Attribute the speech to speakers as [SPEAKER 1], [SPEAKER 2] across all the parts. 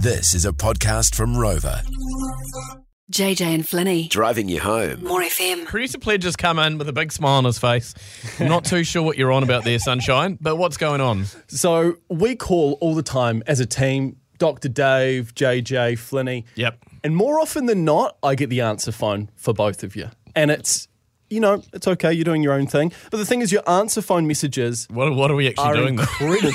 [SPEAKER 1] This is a podcast from Rover.
[SPEAKER 2] JJ and Flinny.
[SPEAKER 3] driving you home.
[SPEAKER 2] More FM.
[SPEAKER 4] Producer Pledge has come in with a big smile on his face. Not too sure what you're on about there, Sunshine, but what's going on?
[SPEAKER 5] So we call all the time as a team Dr. Dave, JJ, Flinny.
[SPEAKER 4] Yep.
[SPEAKER 5] And more often than not, I get the answer phone for both of you. And it's, you know, it's okay, you're doing your own thing. But the thing is, your answer phone messages
[SPEAKER 4] What, what are we actually
[SPEAKER 5] are
[SPEAKER 4] doing? though?
[SPEAKER 5] incredible.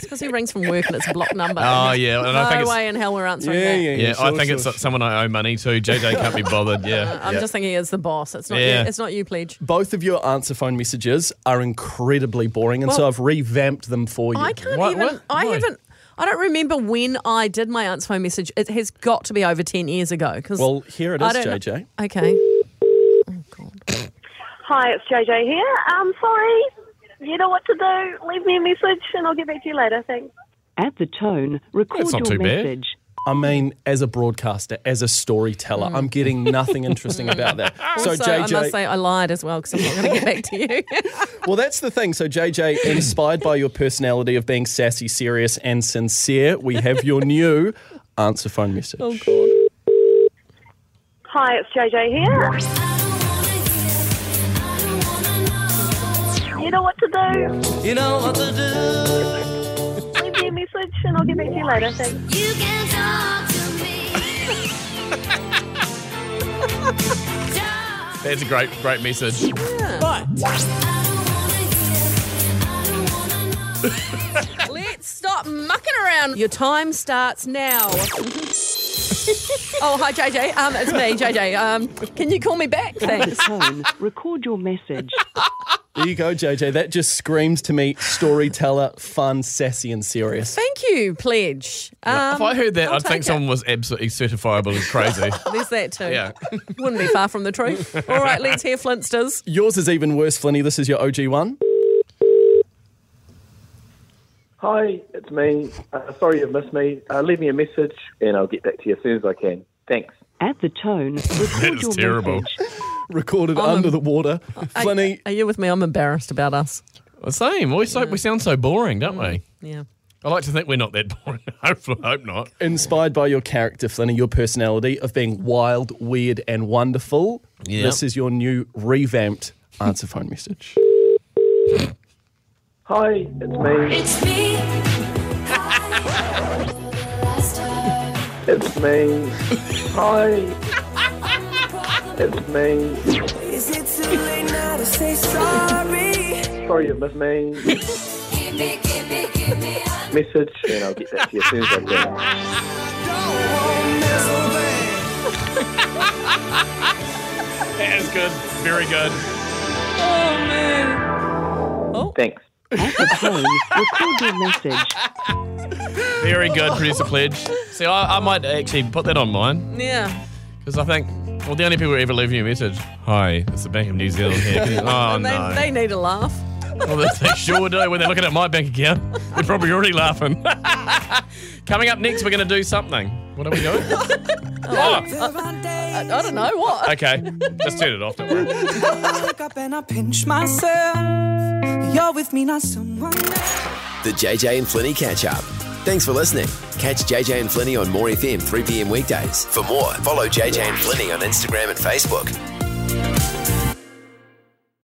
[SPEAKER 6] Because he rings from work and it's a block number.
[SPEAKER 4] Oh, yeah, and
[SPEAKER 6] no
[SPEAKER 4] I think it's-
[SPEAKER 6] way in hell we're answering
[SPEAKER 5] yeah,
[SPEAKER 6] that.
[SPEAKER 5] yeah, yeah.
[SPEAKER 4] Yeah, I
[SPEAKER 5] sure,
[SPEAKER 4] think
[SPEAKER 5] sure,
[SPEAKER 4] it's
[SPEAKER 5] sure.
[SPEAKER 4] someone I owe money to. JJ can't be bothered. Yeah.
[SPEAKER 6] I'm just thinking it's the boss. It's not
[SPEAKER 4] Yeah.
[SPEAKER 6] you. It's not you, Pledge.
[SPEAKER 5] Both of your answer phone messages are incredibly boring, and so
[SPEAKER 6] Well-
[SPEAKER 5] I've revamped them for you.
[SPEAKER 6] I can't
[SPEAKER 4] Why-
[SPEAKER 6] even.
[SPEAKER 4] what?
[SPEAKER 6] I
[SPEAKER 4] Why?
[SPEAKER 6] haven't. I don't remember when I did my answer phone message. It has got to be over ten years ago. Cause
[SPEAKER 5] well, here it
[SPEAKER 6] I
[SPEAKER 5] is,
[SPEAKER 6] don't know-
[SPEAKER 5] JJ.
[SPEAKER 6] Okay.
[SPEAKER 7] Hi, it's JJ here. I'm sorry. You know what to do. Leave me a message and I'll get back to you later. Thanks.
[SPEAKER 8] At the tone, record
[SPEAKER 4] That's not
[SPEAKER 8] your
[SPEAKER 4] too bad.
[SPEAKER 8] message.
[SPEAKER 5] I mean, as a broadcaster, as a storyteller, I'm getting nothing interesting about that.
[SPEAKER 6] Mm. Also, I must say I lied as well because I'm not going to get back to you.
[SPEAKER 5] Well, that's the thing. So, JJ, inspired by your personality of being sassy, serious, and sincere, we have your new answer phone message.
[SPEAKER 7] Hi, it's JJ here. You know what to do.
[SPEAKER 9] You know what to do.
[SPEAKER 7] Leave me a message and I'll get back to you later. Thanks.
[SPEAKER 9] You can talk to me.
[SPEAKER 4] That's a great, great message.
[SPEAKER 6] Let's stop mucking around. Your time starts now. oh, hi, JJ. Um, it's me, JJ. Um, can you call me back? Thanks.
[SPEAKER 8] Tone, record your message.
[SPEAKER 5] There you go, JJ. That just screams to me storyteller, fun, sassy, and serious.
[SPEAKER 6] Thank you, Pledge. Um,
[SPEAKER 4] if I heard that,
[SPEAKER 6] I'll
[SPEAKER 4] i would
[SPEAKER 6] take
[SPEAKER 4] think
[SPEAKER 6] it.
[SPEAKER 4] someone was absolutely certifiable as crazy.
[SPEAKER 6] Uh, There's that too.
[SPEAKER 4] yeah.
[SPEAKER 6] Wouldn't be far from the truth. All right, let's hear Flintsters.
[SPEAKER 5] Yours is even worse, Flinny. This is your OG one.
[SPEAKER 10] Hi, it's me. Uh, sorry you've missed me. Uh, leave me a message and I'll get back to you as soon as I can. Thanks.
[SPEAKER 8] At the tone, record
[SPEAKER 4] is
[SPEAKER 8] your
[SPEAKER 4] terrible.
[SPEAKER 8] message.
[SPEAKER 5] Recorded under the water.
[SPEAKER 6] Are-
[SPEAKER 5] Flinny,
[SPEAKER 6] Are, you with me? I'm embarrassed about us.
[SPEAKER 4] Well, same. We, so, we sound so boring, don't we?
[SPEAKER 6] Mm, Yeah.
[SPEAKER 4] I like to think we're not that boring. Hopefully, hope not.
[SPEAKER 5] inspired by your character, Flinny, your personality of being wild, weird, and wonderful,
[SPEAKER 4] Yeah.
[SPEAKER 5] this is your new revamped answer phone message.
[SPEAKER 10] Hi, it's me.
[SPEAKER 9] It's me.
[SPEAKER 10] It's me. Hi. It's me.
[SPEAKER 9] Is it too late now to say sorry?
[SPEAKER 10] Sorry you've missed me.
[SPEAKER 9] Give me, give me, give me.
[SPEAKER 10] Message and I'll get back to you as soon as I can.
[SPEAKER 4] That is good. Very good.
[SPEAKER 10] Thanks.
[SPEAKER 8] At the tone, record your message.
[SPEAKER 4] Very good, producer pledge. See, I, I might actually put that on mine
[SPEAKER 6] Yeah.
[SPEAKER 4] because I think, well, the only people who ever leave you a message, hi, it's the Bank of New Zealand here. oh,
[SPEAKER 6] And they,
[SPEAKER 4] no.
[SPEAKER 6] they need a laugh.
[SPEAKER 4] Well, they- they sure do. When they're looking at my bank account, they're probably already laughing. Coming up next, we're going to do something. What are we doing? oh,
[SPEAKER 6] I, I don't know what.
[SPEAKER 4] okay. Just turn it off. Don't worry.
[SPEAKER 9] Look up and I pinch myself. You're with me, not someone else.
[SPEAKER 3] The JJ and Flinny catch up. Thanks for listening. Catch JJ and Flinny on More FM 3 p.m. weekdays. For more, follow JJ and Flinny on Instagram and Facebook.